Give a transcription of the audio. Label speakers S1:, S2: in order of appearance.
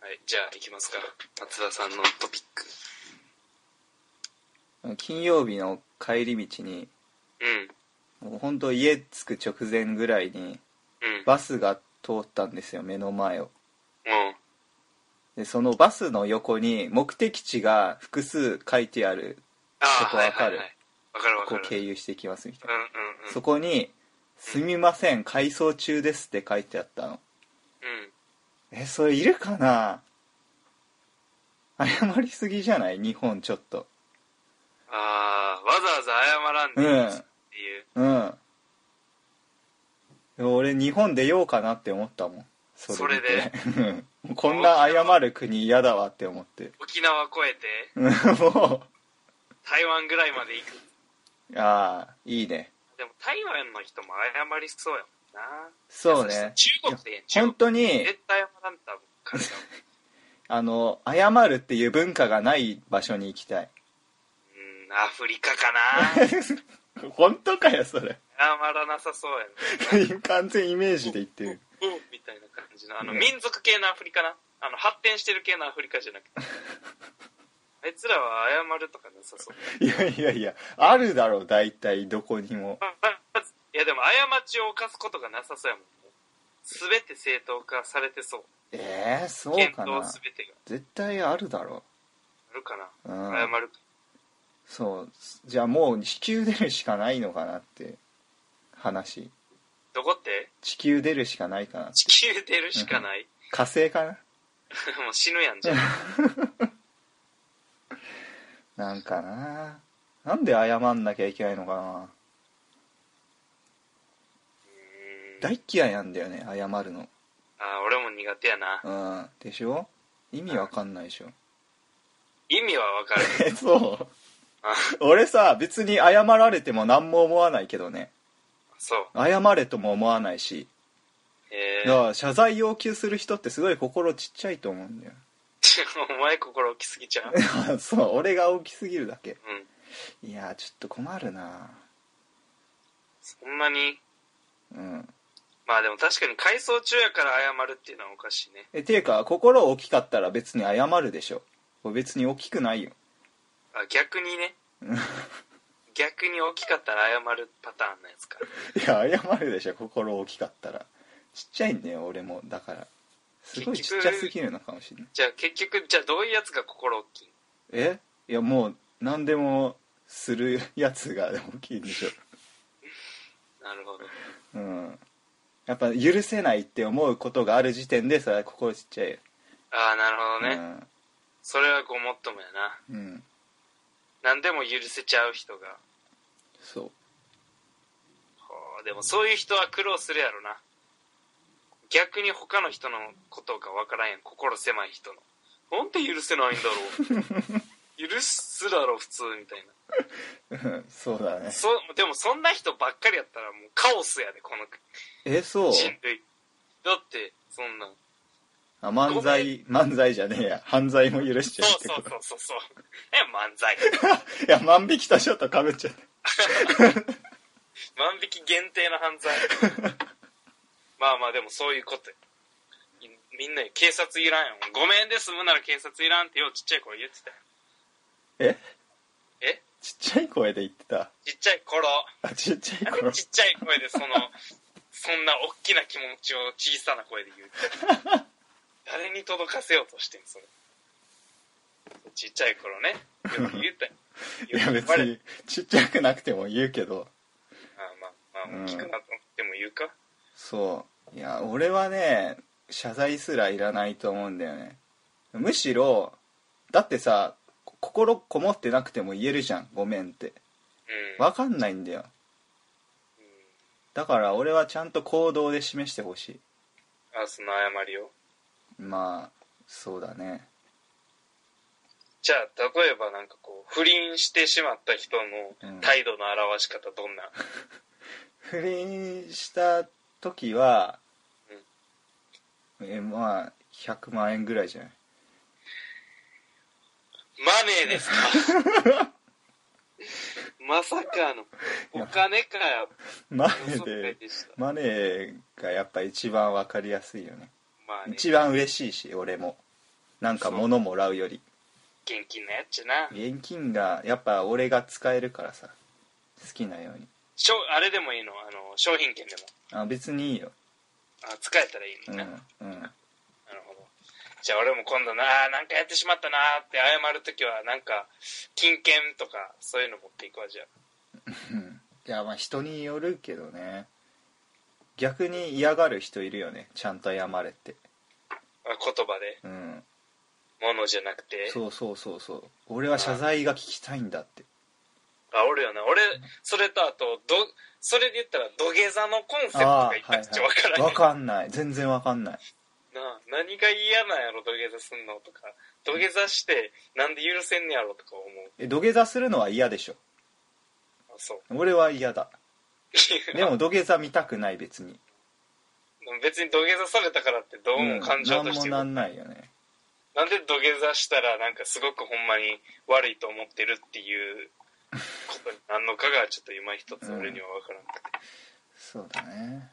S1: はい、じゃあ行きますか。松田さんのトピック。
S2: 金曜日の帰り道に
S1: うん、
S2: もう本当家着く直前ぐらいに
S1: うん、
S2: バスが通ったんですよ目の前を
S1: うん、
S2: でそのバスの横に目的地が複数書いてある
S1: あ
S2: そ
S1: あ、
S2: こ
S1: はい
S2: わ
S1: は
S2: か
S1: い
S2: る
S1: はい。わかるわ
S2: こ
S1: か
S2: う経
S1: る。
S2: 由してきますみたい
S1: うん、うん、う。
S2: なんそこに「すみません改装中です」って書いてあった
S1: う
S2: の
S1: ん。
S2: えそれいるかな謝りすぎじゃない日本ちょっと
S1: ああ、わざわざ謝らんでいいしっていう。
S2: うんでも俺日本出ようかなって思ったもんそれ見て うんこんな謝る国嫌だわって思って
S1: 沖縄越えて、
S2: うんも
S1: 台湾ぐらいまで行く。
S2: うああいいね
S1: でも台湾の人も謝りそうやもんな。
S2: そう
S1: いや
S2: ね
S1: そしたら中国でええん中
S2: 本
S1: 国。
S2: 当に
S1: 絶対謝らんと多分彼らも。
S2: あの謝るっていう文化がない場所に行きたい
S1: うん、アフリカかな。
S2: 本当かよそれ
S1: 謝らなさそうやな。
S2: 完全イメージで言ってる
S1: おうみたいな感じの、あの、
S2: ね
S1: 民族系のアフリカな。あの、発展してる系のアフリカじゃ なくて。あいつらは謝るとかなさそう。
S2: いやいやいやあるだろう大体どこにも
S1: まあまずいや、でも過ちを犯すことがなさそうやもんね。すべて正当化されてそう。
S2: えー、そう
S1: 検
S2: か
S1: 討
S2: な
S1: すべてが
S2: 絶対あるだろ
S1: あるかな。
S2: う、う
S1: 謝
S2: ん、
S1: るか。
S2: そうじゃあもう地球出るしかないのかなって話
S1: どこって
S2: 地球出るしかないかな
S1: 地球出るしかない。
S2: 火星かな
S1: もう死ぬやんじゃん。
S2: なんかななんで謝んなきゃいけないのかな大っ嫌いなんだよね謝るの
S1: あー俺も苦手やな。
S2: うんでしょ意味わかんないでしょ
S1: 意味はわかる。
S2: えそう
S1: あ
S2: 俺さ別に謝られても何も思わないけどね
S1: そう。
S2: 謝れとも思わないし
S1: え
S2: だ
S1: ー、
S2: から謝罪要求する人ってすごい心ちっちゃいと思うんだよ
S1: お前心大きすぎちゃう。
S2: あ そう俺が大きすぎるだけ
S1: うん。
S2: いやーちょっと困るな
S1: そんなに
S2: うん
S1: まあでも確かに改装中やから謝るっていうのはおかしいね。
S2: えていうか心大きかったら別に謝るでしょこれ別に大きくないよ
S1: あ、逆にね。逆に大きかったら謝るパターンのやつか。
S2: いや謝るでしょ心大きかったらちっちゃいんだよ俺もだからすごいちっちゃすぎるのかもしれない
S1: じゃあ結局、じゃあどういうやつが心大きい
S2: えいやもう何でもするやつが大きいんでしょ
S1: なるほど。
S2: うんやっぱ許せないって思うことがある時点でそれは心ちっちゃいよ、
S1: ああ、なるほどね。それはごもっともやな。
S2: うん、うん、
S1: 何でも許せちゃう人が。
S2: そう
S1: ほうでもそういう人は苦労するやろな。逆に他の人のことがわからんやん。心狭い人の。なんで許せないんだろう。許すだろ、普通みたいな。
S2: うんそうだね
S1: そでもそんな人ばっかりやったらもうカオスやでこの
S2: えそう
S1: 人類だってそんな
S2: あ漫才漫才じゃねえや犯罪も許しちゃ
S1: そうう
S2: って
S1: そ
S2: こ
S1: う
S2: と
S1: そうそうそうえ漫才
S2: いや万引きとちょっとかぶっちゃった
S1: 万引き限定の犯罪 まあまあでもそういうことよいみんなに警察いらんよごめんで済むなら警察いらんってようちっちゃい頃言ってたよ
S2: え
S1: え
S2: ちっちゃい声で言ってた
S1: ちっちゃい頃
S2: あちっちゃい
S1: なん
S2: 頃
S1: でちっちゃい声でその そんな大きな気持ちを小さな声で言う誰に届かせようとしてんそれちっちゃい頃ねよく言ったよ
S2: いや別
S1: よく言われ
S2: にちっちゃくなくても言うけど
S1: あまあまあ
S2: うん
S1: 大きくなっても言うか、
S2: そういや俺はね謝罪すらいらないと思うんだよねむしろだってさこ心こもってなくても言えるじゃんごめんって
S1: うん
S2: わかんないんだよだから俺はちゃんと行動で示してほし
S1: うんあその謝りを
S2: いまあそうだね
S1: じゃあ例えばなんかこう不倫してしまった人
S2: うん
S1: の態度の表し方どんな、
S2: 不倫した時は、えまあ100万円ぐらいじゃない
S1: マネーですか まさかのお金かよ
S2: マネ
S1: 嘘
S2: ーで
S1: でした
S2: マネーがやっぱ一番わかりやすいよね
S1: まあね
S2: 一番嬉しいし俺もなんか物もらうより
S1: 現金のやっちゃな
S2: 現金がやっぱ俺が使えるからさ好きなように
S1: しょあれでもいいのあの商品券でも
S2: あ別にいいよ
S1: あ使えたらいいうの
S2: ん
S1: ね、
S2: うん
S1: なるほどじゃあ俺も今度なあなんかやってしまったなーって謝る時はなんか金券とかそういうの持っていくわじゃあ
S2: うんいやまあ人によるけどね逆に嫌がる人いるよねちゃんと謝れって
S1: あ言葉で
S2: うん
S1: 物じゃなくて
S2: そうそうそうそう俺は謝罪が聞きたいんだって
S1: あおるよな俺それとあとどそれで言ったら土下座のコンセプト
S2: ああ
S1: がいっぱいあって分からへん、
S2: わかんない全然わかんない
S1: なあ何が嫌なんやろ土下座すんのとか土下座してなんで許せんねやろとか思う
S2: え土下座するのは嫌でしょ
S1: あそう
S2: 俺は 嫌だでも土下座見たくない別に
S1: 別に土下座されたからってどう
S2: うん
S1: も感情として、
S2: なんもなんないよね
S1: なんで土下座したらなんかすごくほんまに悪いと思ってるっていうことになんのかがちょっと今一つ俺には分からなくて、
S2: そうだね